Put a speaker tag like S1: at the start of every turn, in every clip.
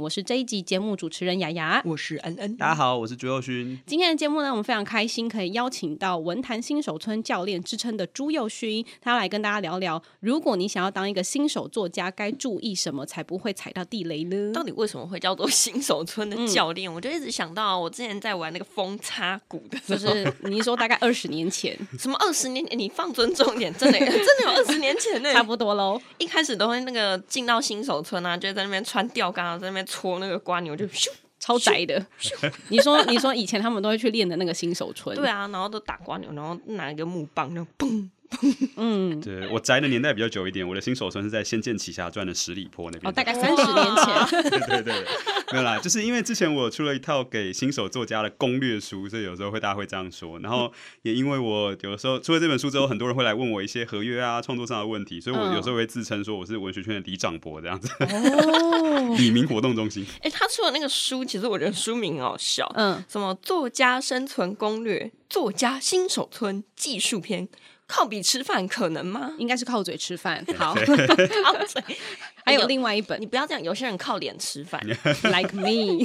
S1: 我是这一集节目主持人雅雅。
S2: 我是安安，
S3: 大家好，我是朱佑勋。
S1: 今天的节目呢，我们非常开心可以邀请到文坛新手村教练之称的朱佑勋，他来跟大家聊聊，如果你想要当一个新手作家，该注意什么才不会踩到地雷呢？
S2: 到底为什么会叫做新手村
S1: 嗯
S2: 的教练？我就一直想到我之前在玩那个风叉鼓的时
S1: 就
S2: 候，
S1: 是 你是说大概二十年前
S2: 什么二十年，欸你放尊重一点，真的 真的有二十年前呢。
S1: 差不多喽。
S2: 一开始都会那个进到新手村啊，就在那边穿吊杆啊，在那边搓那个瓜牛，就咻，
S1: 超宅的。你说，你说以前他们都会去练的那个新手村，
S2: 对，啊，然后都打瓜牛，然后拿一个木棒，就嘣，
S1: 嗯，
S3: 对我宅的年代比较久一点，我的新手村是在《仙剑奇侠传》的十里坡那边。
S1: 哦，大概
S2: 哇
S1: 三十年前，
S3: 对对对，没有啦，就是因为之前我出了一套给新手作家的攻略书，所以有时候会大家会这样说。然后也因为我有时候出了这本书之后，很多人会来问我一些合约啊、创作上的问题，所以我
S1: 嗯
S3: 有时候会自称说我是文学圈的李长博这样子，
S1: 哦，
S3: 李明活动中心。
S2: 哎、他出的那个书，其实我觉得书名很好笑，
S1: 嗯，
S2: 什么《作家生存攻略》《作家新手村技术篇》，靠比吃饭可能吗？
S1: 应该是靠嘴吃饭。好，
S2: 靠嘴
S1: 还有另外一本
S2: 你不要这样，有些人靠脸吃 饭。
S1: Like Me，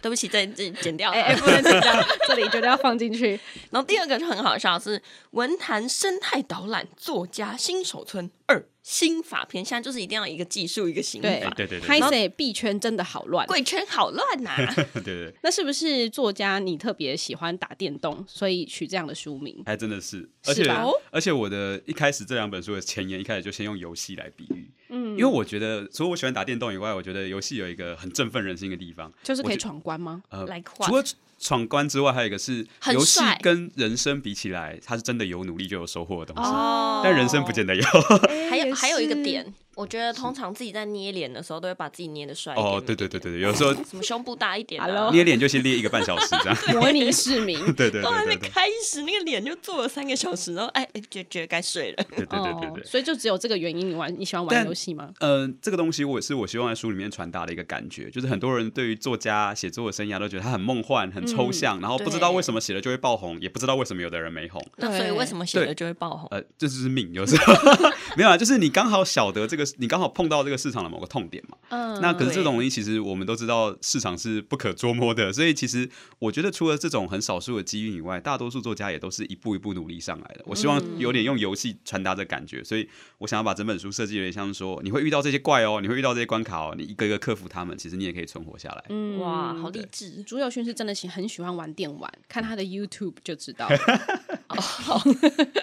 S2: 对不起，再这剪掉。啊
S1: 哎哎，不能这样，这里就要放进去。
S2: 然后第二个就很好笑，是文坛生态导览作家新手村二心法篇，现在就是一定要一个技术一个刑
S1: 对
S3: 哎
S2: 法。
S3: 对对对
S1: 拍
S3: 对
S1: 谁币圈真的好乱。
S2: 贵圈好乱 呐、
S3: 对对，
S1: 那是不是作家你特别喜欢打电动，所以取这样的书名？
S3: 还真的是，而
S1: 是
S3: 且
S1: 吧
S3: 而且我的一开始这两本书的前言一开始就先用游戏来比喻，嗯，因为我觉得除了我喜欢打电动以外，我觉得游戏有一个很振奋人心的地方，
S1: 就是可以
S3: 我觉
S1: 闯关吗？
S3: 呃
S2: Like what？
S3: 除了闯关之外，还有一个是
S2: 很
S3: 游戏
S2: 帅
S3: 跟人生比起来，它是真的有努力就有收获的东西，
S2: 哦
S3: 但人生不见得有。
S2: 还
S1: 也
S2: 有还有一个
S1: 是
S2: 点，我觉得通常自己在捏脸的时候，都会把自己捏的帅一点
S3: 哦，对 对对对对，有时候
S2: 什么胸部大一点、啊
S1: Hello
S3: 捏脸就先捏一个半小时这样。
S1: 模拟市 民。
S3: 对对对
S2: 都还没
S3: 对对
S2: 开始，那个脸就做了三个小时，然后哎，哎觉觉得该睡了。
S3: 对对对对
S1: 哦
S3: 对。
S1: 所以就只有这个原因，你玩你喜欢玩
S3: 但
S1: 游戏吗？
S3: 嗯、这个东西我是我希望在书里面传达的一个感觉，就是很多人对于作家写作的生涯都觉得他很梦幻、很抽象，然后不知道为什么写了就会爆红，也不知道为什么有的人没红。
S2: 那所以为什么写
S3: 对
S2: 了就会爆红？
S3: 呃，这就是 命，有时候没有啊，就是你刚好晓得这个，你刚好碰到这个市场的某个痛点嘛。
S1: 嗯
S3: 那可是这
S2: 对
S3: 种东西，其实我们都知道市场是不可捉摸的，所以其实我觉得除了这种很少数的机遇以外，大多数作家也都是一步一步努力上来的。我希望有点用游戏传达这感觉，所以我想要把整本书设计有点像是说，你会遇到这些怪哦，你会遇到这些关卡哦，你一个一个克服他们，其实你也可以存活下来。
S1: 嗯
S2: 哇，好励志！
S1: 朱友勋是真的喜很喜欢玩电玩，看他的 YouTube 就知 道。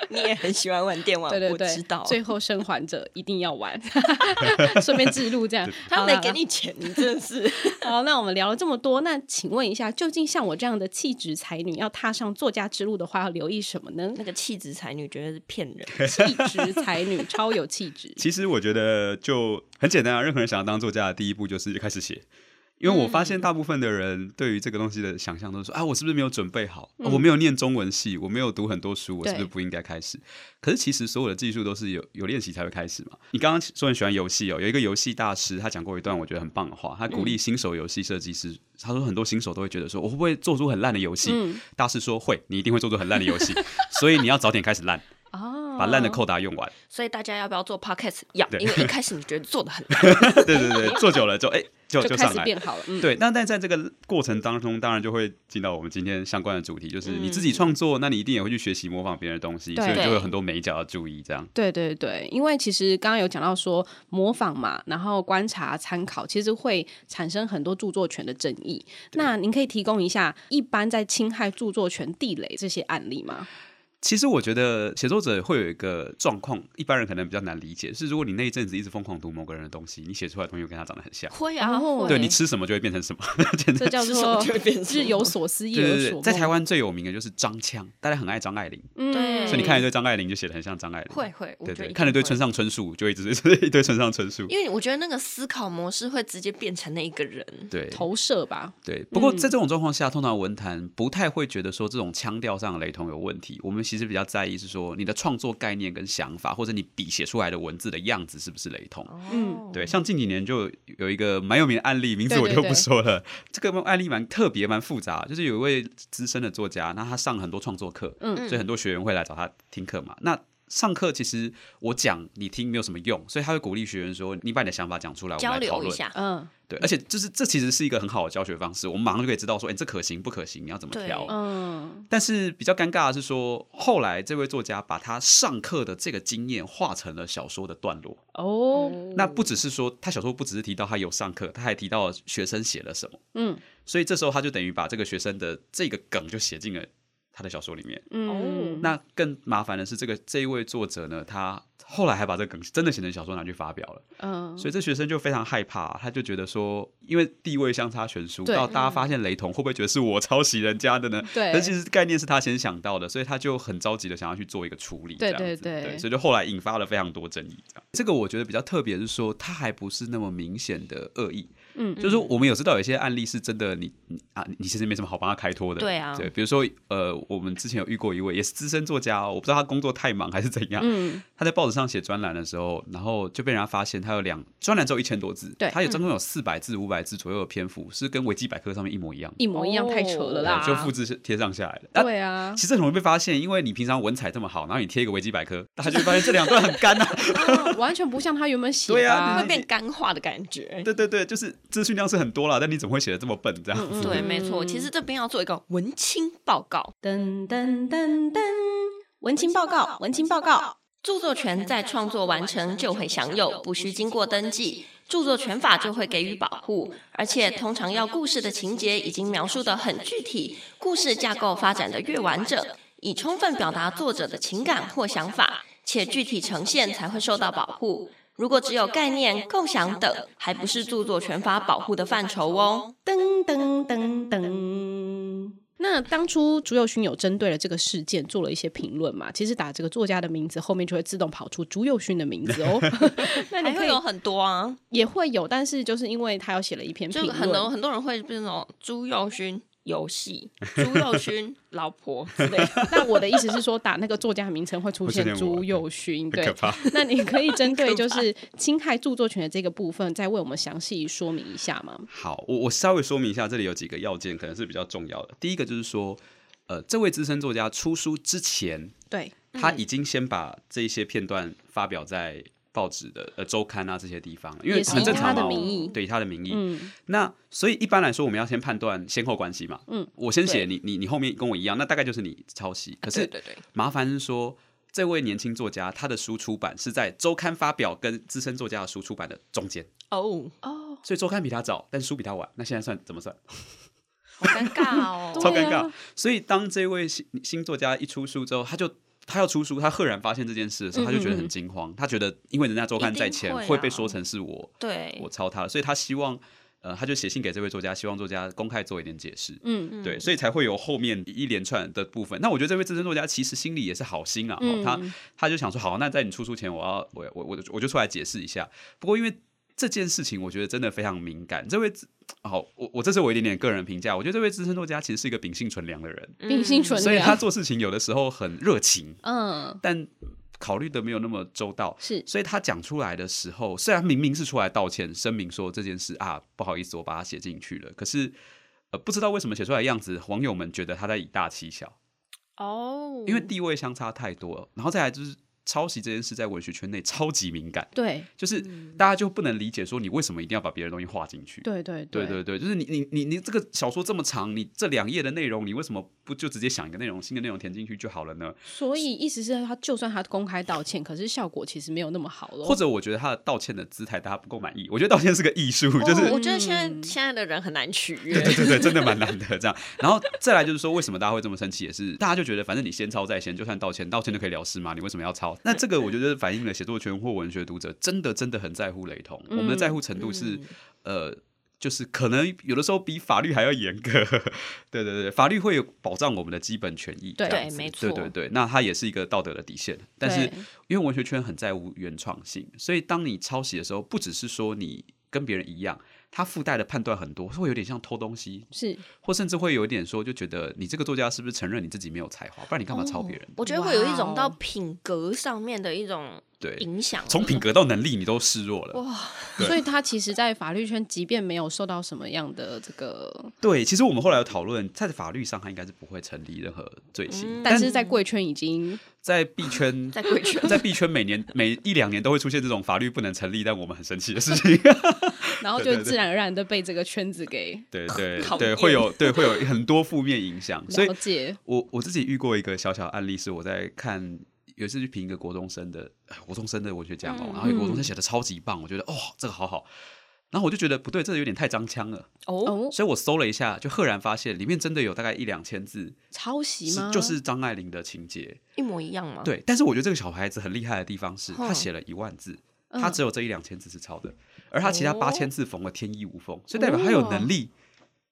S2: 你也很喜欢玩电玩，
S1: 对对对，
S2: 我知道。
S1: 最后生还者一定要玩， 顺便记录这样。
S2: 他
S1: 好
S2: 没
S1: 啦
S2: 给。你钱，你真的是？
S1: 好，那我们聊了这么多，那请问一下，究竟像我这样的气质才女，要踏上作家之路的话，要留意什么呢
S2: 那个气质才女，绝对是骗人。
S1: 气质才女，超有气质。
S3: 其实我觉得就很简单啊，任何人想要当作家的第一步就是开始写。因为我发现大部分的人对于这个东西的想象都是说、啊，我是不是没有准备好、啊我没有念中文系，我没有读很多书，我是不是
S1: 对
S3: 不应该开始？可是其实所有的技术都是有有练习才会开始嘛。你刚刚说你喜欢游戏哦，有一个游戏大师他讲过一段我觉得很棒的话，他鼓励新手游戏设计师，他说很多新手都会觉得说哦我会不会做出很烂的游戏？大师说会，你一定会做出很烂的游戏，所以你要早点开始烂，
S1: 哦，
S3: 把烂的扣打用完。
S2: 所以大家要不要做 podcast 要，
S3: 对
S2: 因为一开始你觉得做的很烂，
S3: 对对对，做久了就哎、就
S1: 就开
S3: 上
S1: 始
S3: 来。
S1: 变好了。嗯，
S3: 对，那但在这个过程当中，当然就会进到我们今天相关的主题，就是
S2: 嗯
S3: 你自己创作，那你一定也会去学习模仿别人的东西，
S1: 对
S3: 所以就会有很多美角要注意。这样，
S1: 对对对，因为其实刚刚有讲到说模仿嘛，然后观察参考，其实会产生很多著作权的争议。那您可以提供一下一般在侵害著作权地雷这些案例 吗？
S3: 其实我觉得写作者会有一个状况，一般人可能比较难理解，是如果你那一阵子一直疯狂读某个人的东西，你写出来的东西又跟他长得很像，
S2: 会
S1: 哦
S2: 啊，会
S3: 对你吃什么就会变成什么。
S1: 这叫
S2: 吃什么
S1: 做
S2: 就会变什么
S1: 日 有所思，夜
S3: 对
S1: 有
S3: 对
S1: 所
S3: 对，
S1: 梦。
S3: 在台湾最有名的就是张锵，大家很爱张爱玲，
S1: 嗯，
S2: 对
S3: 所以你看一堆张爱玲就写的很像张爱玲，
S2: 会会，我
S3: 对
S2: 觉得
S3: 对，
S2: 定
S3: 看了一堆
S2: 会
S3: 村，上春树就一直一堆村上春树，
S2: 因为我觉得那个思考模式会直接变成那一个人。
S3: 对，
S1: 投射吧，
S3: 对，不过
S2: 嗯
S3: 在这种状况下，通常文坛不太会觉得说这种腔调上的雷同有问题。我们其实比较在意是说你的创作概念跟想法，或者你笔写出来的文字的样子是不是雷同。
S1: 嗯
S2: 哦，
S3: 对，像近几年就有一个蛮有名的案例，名字
S1: 对
S3: 我
S1: 对
S3: 就
S1: 对
S3: 不说了。这个案例蛮特别、蛮复杂，就是有一位资深的作家，那他上很多创作课，
S1: 嗯
S3: 所以很多学员会来找他听课嘛。那上课其实我讲你听没有什么用，所以他会鼓励学员说：“你把你的想法讲出来，我们
S2: 交
S3: 来讨
S2: 流一
S3: 论。”
S2: 下，
S1: 嗯
S3: 对，而且就是这其实是一个很好的教学方式，我们马上就可以知道说，哎、这可行不可行，你要怎么
S2: 对
S3: 调。
S1: 嗯，
S3: 但是比较尴尬的是说，后来这位作家把他上课的这个经验化成了小说的段落。
S1: 哦，
S2: 嗯
S3: 那不只是说他小说不只是提到他有上课，他还提到学生写了什么。
S1: 嗯
S3: 所以这时候他就等于把这个学生的这个梗就写进了他的小说里面。
S1: 嗯，
S3: 那更麻烦的是，这个这一位作者呢，他后来还把这个梗真的写成小说拿去发表了。
S1: 嗯
S3: 所以这学生就非常害怕，他就觉得说，因为地位相差悬殊，
S1: 对嗯
S3: 到大家发现雷同，会不会觉得是我 抄袭人家的呢？
S1: 对
S3: 但其实概念是他先想到的，所以他就很着急的想要去做一个处理，
S1: 对
S3: 这样子
S1: 对对
S3: 所以就后来引发了非常多争议。这样，这个我觉得比较特别是说，他还不是那么明显的恶意，
S1: 嗯
S3: 就是说我们有知道有一些案例是真的你，你啊，你其实没什么好帮他开脱的，
S2: 对啊
S3: 对，比如说呃，我们之前有遇过一位也是资深作家、哦，我不知道他工作太忙还是怎样，
S1: 嗯
S3: 他在报纸上写专栏的时候，然后就被人家发现他有两专栏只有一千多字，
S1: 对嗯
S3: 他有总共有四百字、五百字左右的篇幅，是跟维基百科上面一模一样，
S1: 一模一样，
S2: 哦
S1: 太扯了
S3: 对
S1: 啦，
S3: 就复制贴上下来的。啊
S1: 对啊，
S3: 其实很容易被发现，因为你平常文采这么好，然后你贴一个维基百科，大家就会发现这两段很干啊。
S1: 啊 完全不像他原本 写
S3: 对
S1: 的
S3: 啊
S2: 会
S1: 啊，
S2: 变干化的感觉。
S3: 对对对，就是资讯量是很多啦，但你怎么会写的这么笨这
S1: 嗯
S3: 样子？
S2: 对，没错。其实这边要做一个文青报告，
S1: 噔噔噔噔，文青报告，文青报告，
S2: 著作权在创作完成就会享有，不需经过登记，著作权法就会给予保护。而且通常要故事的情节已经描述的很具体，故事架构发展的越完整，以充分表达作者的情感或想法，且具体呈现才会受到保护。如果只有概念、构想等，还不是著作权法保护的范畴哦。
S1: 噔噔噔噔。那当初竹友勋有针对了这个事件做了一些评论嘛？其实打这个作家的名字后面就会自动跑出竹友勋的名 字哦。那你
S2: 还
S1: 可
S2: 会
S1: 以
S2: 有很多啊，
S1: 也会有，但是就是因为他有写了一篇评
S2: 就
S1: 论，
S2: 很多很多人会变成那种朱佑勋游 戏、朱佑勋老婆之类的。
S1: 但我的意思是说，打那个作家的名称会出
S3: 会
S1: 现
S3: 出现我
S1: 朱佑勋，
S3: 很可
S1: 对。
S3: 怕。
S1: 那你可以针对就是侵害著作权的这个部分，再为我们详细说明一下吗？
S3: 好，我我稍微说明一下，这里有几个要件可能是比较重要的。第一个就是说，呃，这位资深作家出书之前，
S1: 对，
S3: 他已经先把这一些片段发表在报纸的呃周刊啊这些地方了，因为
S1: 也是
S3: 很
S1: 以
S3: 正
S1: 他
S3: 常嘛
S1: 的
S3: 我
S1: 名义，
S3: 对以他的名义。
S1: 嗯，
S3: 那所以一般来说，我们要先判断先后关系嘛。
S1: 嗯，
S3: 我先写
S1: 对啊
S3: 你，你你后面跟我一样，那大概就是你抄袭。可
S2: 对
S3: 是
S2: 对对，
S3: 麻烦是说，这位年轻作家他的书出版是在周刊发表跟资深作家的书出版的中间，
S2: 哦，
S1: 哦，
S3: 所以周刊比他早，但书比他晚。那现在算怎么算？
S2: 好尴尬哦。
S1: 对
S3: 超尴尬
S1: 啊。
S3: 所以当这位新新作家一出书之后，他就他要出书，他赫然发现这件事的时
S1: 嗯
S3: 候，他就觉得很惊慌，他觉得因为人家周刊在
S2: 一
S3: 前
S2: 定会啊
S3: 会被说成是我
S2: 对
S3: 我抄他，所以他希望呃，他就写信给这位作家，希望作家公开做一点解释。
S1: 嗯，
S3: 对，所以才会有后面一连串的部分。那我觉得这位资深作家其实心里也是好心啊，哦
S1: 嗯
S3: 他他就想说，好，那在你出书前，我要我我我我就出来解释一下。不过因为这件事情，我觉得真的非常敏感。这位资好，我我这是我一点点个人评价，我觉得这位资深作家其实是一个秉性纯良的人，
S1: 秉性纯
S3: 所以他
S1: 良，
S3: 做事情有的时候很热情，
S1: 嗯，
S3: 但考虑的没有那么周到。
S1: 是
S3: 所以他讲出来的时候，虽然明明是出来道歉声明说这件事啊，不好意思，我把它写进去了，可是呃，不知道为什么写出来的样子，网友们觉得他在以大欺小，
S2: 哦，
S3: 因为地位相差太多了。然后再来就是抄袭这件事，在文学圈内超级敏感，
S1: 对，
S3: 就是大家就不能理解说你为什么一定要把别人东西画进去。
S1: 对对
S3: 对对对，就是你你你你这个小说这么长，你这两页的内容，你为什么不就直接想一个内容新的内容填进去就好了呢？
S1: 所以意思是他就算他公开道歉，可是效果其实没有那么好咯。
S3: 或者我觉得他的道歉的姿态大家不够满意，我觉得道歉是个艺术，就是
S2: 哦我觉得现在现在的人很难取悦。
S3: 对对对，真的蛮难的这样。然后再来就是说，为什么大家会这么生气，也是大家就觉得反正你先抄再先，就算道歉，道歉就可以了事嘛，你为什么要抄？那这个我觉得反映了写作圈或文学读者真的真的很在乎雷同，我们的在乎程度是、
S2: 嗯
S3: 呃。就是可能有的时候比法律还要严格，对对对，法律会有保障我们的基本权益，
S1: 对
S3: 这样子
S2: 对没错
S3: 对对对，那它也是一个道德的底线，但是
S1: 对
S3: 因为文学圈很在乎原创性，所以当你抄袭的时候，不只是说你跟别人一样，它附带的判断很多，会有点像偷东西，
S1: 是
S3: 或甚至会有一点说，就觉得你这个作家是不是承认你自己没有才华，不然你干嘛抄别人？
S2: 我觉得会有一
S1: 哇
S2: 种
S1: 哦
S2: 到品格上面的一种
S3: 对，
S2: 影响。
S3: 从品格到能力你都示弱了。对
S1: 所以他其实，在法律圈，即便没有受到什么样的这个，
S3: 对，其实我们后来有讨论，在法律上他应该是不会成立任何罪行，
S1: 嗯但是在贵圈已经
S3: 在币圈
S2: 在贵圈
S3: 在币圈每年每一两年都会出现这种法律不能成立但我们很生气的 事情。
S1: 然后
S3: 对
S1: 就
S3: 对对
S1: 自然而然的被这个圈子给
S3: 对对
S2: 考
S3: 对，
S2: 验
S3: 会有对会有很多负面影 响，所以
S1: 了解。
S3: 我我自己遇过一个小小案例，是我在看有一次去评一个国中生的哎国中生的文学奖
S1: 嗯
S3: 哦，然后有国中生写的超级棒，我觉得哦这个好好，然后我就觉得不对，这个有点太张腔了，
S2: 哦，
S1: 哦，
S3: 所以我搜了一下，就赫然发现里面真的有大概一两千字
S1: 抄袭
S3: 是
S1: 吗？哦
S3: 就是张爱玲的情节，
S2: 一模一样吗？，
S3: 对，但是我觉得这个小孩子很厉害的地方是，他
S2: 哼
S3: 写了一万字，
S1: 嗯
S3: 他只有这一两千字是抄的，而他其他
S2: 哦
S3: 八千字缝了天衣无缝，所以代表他有
S1: 哦
S3: 能力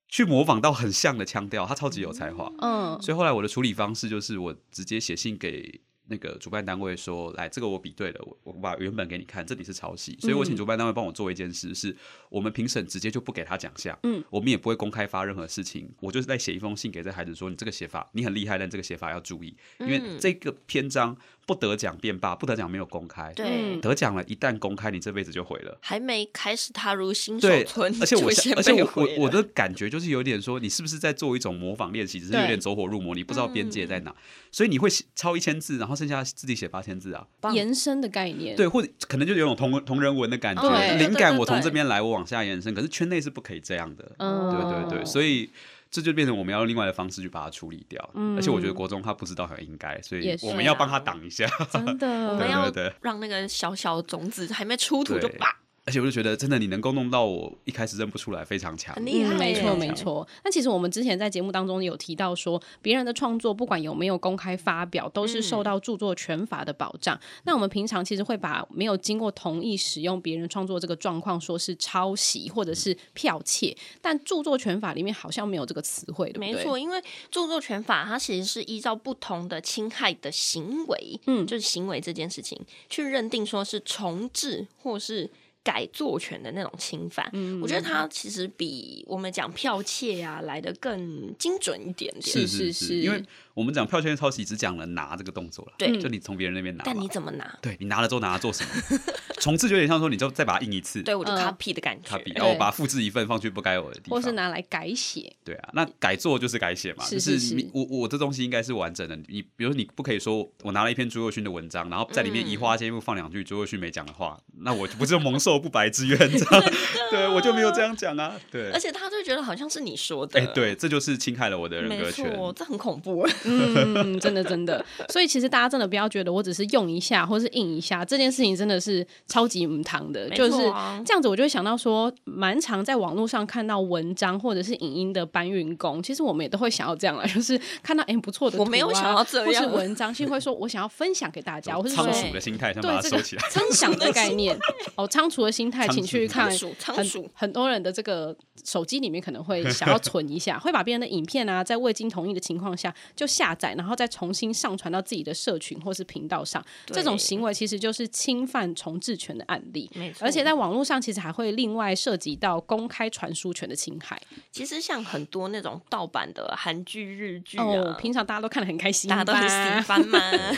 S3: 去模仿到很像的腔调，他超级有才华。
S1: 嗯，
S3: 所以后来我的处理方式就是，我直接写信给那个主办单位说，来，这个我比对了，我我把原本给你看，这里是抄袭，所以我请主办单位帮我做一件事，是我们评审直接就不给他奖项，
S1: 嗯，
S3: 我们也不会公开发任何事情，我就是在写一封信给这孩子说，你这个写法你很厉害，但这个写法要注意，因为这个篇章不得奖便罢，不得奖没有公开，
S2: 对，
S1: 嗯
S3: 得奖了一旦公开，你这辈子就毁了。
S2: 还没开始踏入新手
S3: 对，
S2: 村，
S3: 而且我
S2: 就
S3: 想
S2: 先
S3: 而且
S2: 被
S3: 我我
S2: 毁
S3: 我
S2: 了
S3: 的感觉就是有点说，你是不是在做一种模仿练习，只是有
S1: 对
S3: 点走火入魔，你不知道边界在
S2: 嗯
S3: 哪，所以你会写抄一千字，然后剩下自己写八千字啊，
S2: 棒
S1: 延伸的概念，
S3: 对，或者可能就有种同同人文的感觉，
S1: 对
S3: 灵
S2: 对对
S3: 感
S2: 对
S3: 我从
S2: 对
S3: 这边来，我往下延伸，可是圈内是不可以这样的，
S1: 嗯，
S3: 对
S2: 哦
S3: 对对，所以。这就变成我们要用另外的方式去把它处理掉，
S1: 嗯
S3: 而且我觉得国中他不知道很应该，所以
S1: 也是
S3: 我们要帮他
S2: 啊
S3: 挡一下。
S1: 哦真
S2: 我们
S1: 的，
S2: 要
S3: 对对对
S2: 让那个小小种子还没出土就
S3: 对
S2: 拔，
S3: 而且我就觉得，真的你能够弄到我一开始认不出来，非常强。
S2: 很厉害
S1: 嗯，没
S2: 耶
S1: 错没错。那其实我们之前在节目当中有提到说，别人的创作不管有没有公开发表，都是受到著作权法的保障。那我们平常其实会把没有经过同意使用别人创作这个状况，说是抄袭或者是剽窃，但著作权法里面好像没有这个词汇，对不对？
S2: 没错，因为著作权法它其实是依照不同的侵害的行为，嗯，就是行为这件事情去认定说是重置或是改作权的那种侵犯。嗯，我觉得它其实比我们讲剽窃啊来的更精准一点点。
S3: 是
S1: 是
S3: 是，
S1: 是
S3: 因为我们讲票圈抄袭只讲了拿这个动作了，
S2: 对
S3: 就你从别人那边拿嘛，
S2: 但你怎么拿？
S3: 对你拿了之后拿它做什么？ 重置就有点像说你就再把它印一次，
S2: 对我就
S1: 嗯
S2: copy 的感觉。
S3: ，copy，然后我把它复制一份放去不该有的地
S1: 或是
S3: 方，
S1: 拿来改写，
S3: 对啊，那改做就是改写嘛，
S1: 是
S3: 就是
S1: 是
S3: 你我我这东西应该是完整的，你比如你不可以说我拿了一篇朱佑勋的文章，然后在里面移
S1: 嗯
S3: 花接木放两句朱佑勋没讲的话，那我就不是蒙受不白之冤，这样，对我就没有这样讲啊，对
S2: 而。且他就会觉得好像是你说的，
S3: 哎、，对，这就是侵害了我的人
S2: 没
S3: 格权。
S2: 错，这很恐怖。
S1: 嗯，真的真的。所以其实大家真的不要觉得我只是用一下或是印一下，这件事情真的是超级无糖的，
S2: 没
S1: 就是
S2: 错啊
S1: 这样子。我就会想到说，蛮常在网络上看到文章或者是影音的搬运工，其实我们也都会想要这样啦，就是看到哎、不错的、
S2: 我没有想要这样
S1: 或是文章，其实会说我想要分享给大家，我是说
S3: 仓鼠的心态，想把它
S1: 对这
S3: 收
S1: 个
S3: 起来。
S1: 分享的概 念哦，仓储的心态，
S3: 仓
S1: 请
S3: 储
S1: 去看
S2: 仓储仓
S1: 很
S2: 储
S1: 很多人的这个手机里面可能会想要存一 下，会把别人的影片啊，在未经同意的情况下就下载，然后再重新上传到自己的社群或是频道上。
S2: 对
S1: 这种行为其实就是侵犯重置权的案例，
S2: 没错
S1: 而且在网络上其实还会另外涉及到公开传输权的侵害。
S2: 其实像很多那种盗版的韩剧、日剧啊，
S1: 哦，平常大家都看得很开心
S2: 大
S1: 吧，
S2: 家都很喜欢嘛。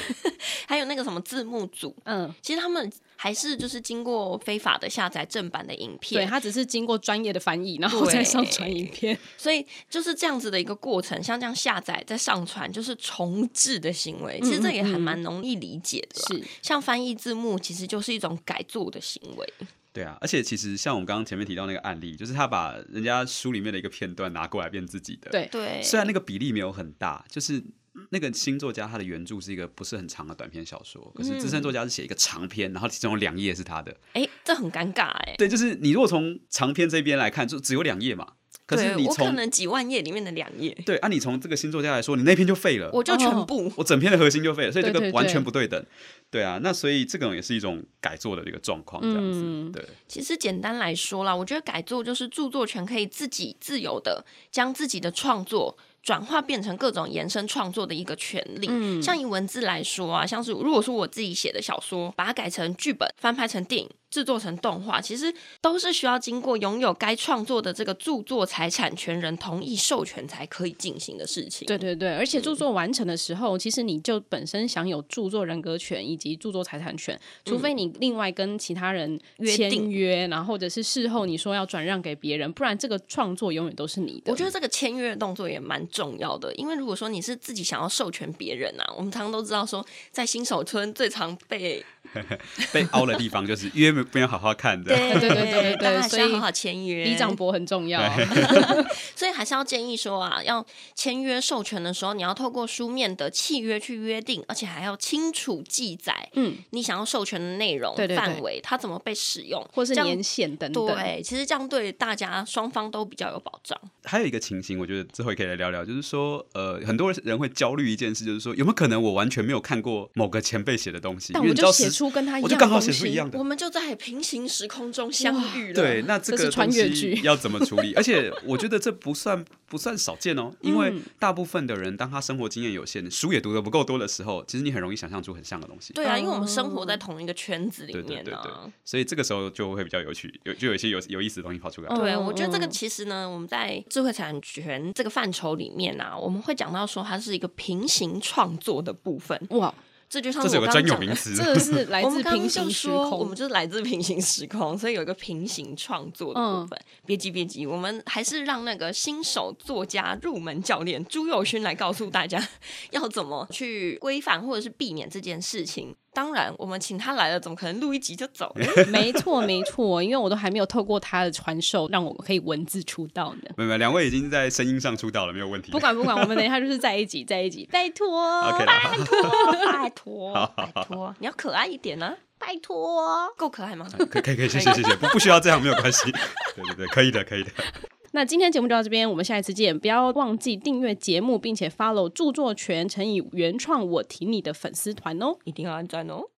S2: 还有那个什么字幕组，
S1: 嗯，
S2: 其实他们还是就是经过非法的下载正版的影
S1: 对，
S2: 片，
S1: 它只是经过专业的翻译，然后
S2: 对
S1: 再上传影片。
S2: 所以就是这样子的一个过程，像这样下载再上传，就是重置的行为，其实这也还蛮容易理解的啦。
S1: 嗯是
S2: 像翻译字幕，其实就是一种改作的行为，
S3: 对啊，而且其实像我们刚刚前面提到那个案例，就是他把人家书里面的一个片段拿过来变自己的。，
S1: 对，
S2: 对，
S3: 虽然那个比例没有很大，就是那个新作家他的原著是一个不是很长的短篇小说，可是资深作
S1: 嗯
S3: 家是写一个长篇，然后其中有两页是他的。
S2: 哎、这很尴尬哎、
S3: 对，就是你如果从长篇这边来看，就只有两页嘛。可是
S2: 对
S3: 你
S2: 我可
S3: 从
S2: 能几万页里面的两页，
S3: 对啊，你从这个新作家来说，你那篇就废了，
S2: 我就
S1: 哦
S2: 全部。
S3: 我整篇的核心就废了，所以这
S1: 对
S3: 个
S1: 对
S3: 完全
S1: 对
S3: 不对等。对啊，那所以这种也是一种改作的一个状况，这样子。
S1: 嗯
S3: 对，
S2: 其实简单来说啦，我觉得改作就是著作权可以自己自由的将自己的创作。转化变成各种延伸创作的一个权利，像以文字来说啊，像是如果说我自己写的小说，把它改成剧本，翻拍成电影，制作成动画，其实都是需要经过拥有该创作的这个著作财产权人同意授权才可以进行的事情。
S1: 对对对，而且
S2: 嗯
S1: 著作完成的时候，其实你就本身享有著作人格权以及著作财产权，除非你另外跟其他人
S2: 嗯约
S1: 签
S2: 定
S1: 约，然后或者是事后你说要转让给别人，不然这个创作永远都是你的。
S2: 我觉得这个签约的动作也蛮重要的，因为如果说你是自己想要授权别人啊，我们常常都知道说，在新手村最常被
S3: 被凹的地方就是约没没有好好看 的。
S1: 对对对对
S2: 大家还是要
S1: 所以
S2: 好好签约。
S1: 李长博很重要，
S2: 所以还是要建议说啊，要签约授权的时候，你要透过书面的契约去约定，而且还要清楚记载
S1: 嗯，
S2: 你想要授权的内容、
S1: 对对对
S2: 范围，它怎么被使用，
S1: 或是
S2: 这样
S1: 年限等等。
S2: 对，其实这样对大家双方都比较有保障。
S3: 还有一个情形，我觉得之后也可以来聊聊，就是说，呃，很多人会焦虑一件事，就是说有没有可能我完全没有看过某个前辈写的东西，
S1: 但
S3: 因为
S1: 我
S3: 你知
S1: 就
S3: 道
S1: 写
S3: 时
S1: 出跟他一样
S3: 我就
S1: 的
S3: 刚好
S1: 东
S3: 写出一
S1: 西。
S3: 样的
S2: 我。们就在平行时空中相遇了。
S3: 嗯对，那这
S1: 这
S3: 个
S1: 是穿
S3: 东
S1: 越剧
S3: 西要怎么处 理？而且我觉得这不算不算少见哦，
S1: 嗯
S3: 因为大部分的人，当他生活经验有限，书也读的不够多的时候，其实你很容易想象出很像的东西。
S2: 对啊，因为我们
S1: 哦
S2: 生活在同一个圈子里
S3: 对对
S2: 面
S3: 对
S2: 啊。
S3: 对，所以这个时候就会比较有趣，有就有一些有有意思的东西跑出来。
S2: 对，
S1: 嗯
S2: 我觉得这个
S1: 嗯
S2: 其实呢，我们在智慧财产权这个范畴里面啊，我们会讲到说它是一个平行创作的部分，
S1: 哇，
S2: 这就像
S3: 这
S2: 是
S3: 是有
S2: 我刚刚
S3: 个专有
S2: 讲
S3: 名
S2: 的。
S3: 词，
S1: 这个是来
S2: 我们
S1: 自
S2: 刚刚
S1: 平
S2: 就
S1: 行时
S2: 说，我
S1: 空
S2: 们。就是来自平行时空，所以有一个平行创作的
S1: 嗯
S2: 部分。别急别急，我们还是让那个新手作家入门教练朱友勋来告诉大家要怎么去规范或者是避免这件事情。当然，我们请他来了，怎么可能录一集就走？
S1: 没错没错，因为我都还没有透过他的传授，让我可以文字出道呢。
S3: 没有没有，两位已经在声音上出道了，没有问题。
S1: 不管不管，我们等一下就是在一起，在一起，拜托
S3: OK 啦，好
S2: 拜托，拜托，你要可爱一点呢、拜托，够可爱吗？
S3: 可以可以可以，谢谢谢谢，不不需要这样，没有关系。对对对，可以的可以的。
S1: 那今天节目就到这边，我们下一次见！不要忘记订阅节目，并且 follow 著作权乘以原创我挺你的粉丝团哦。
S2: 一定要按赞哦。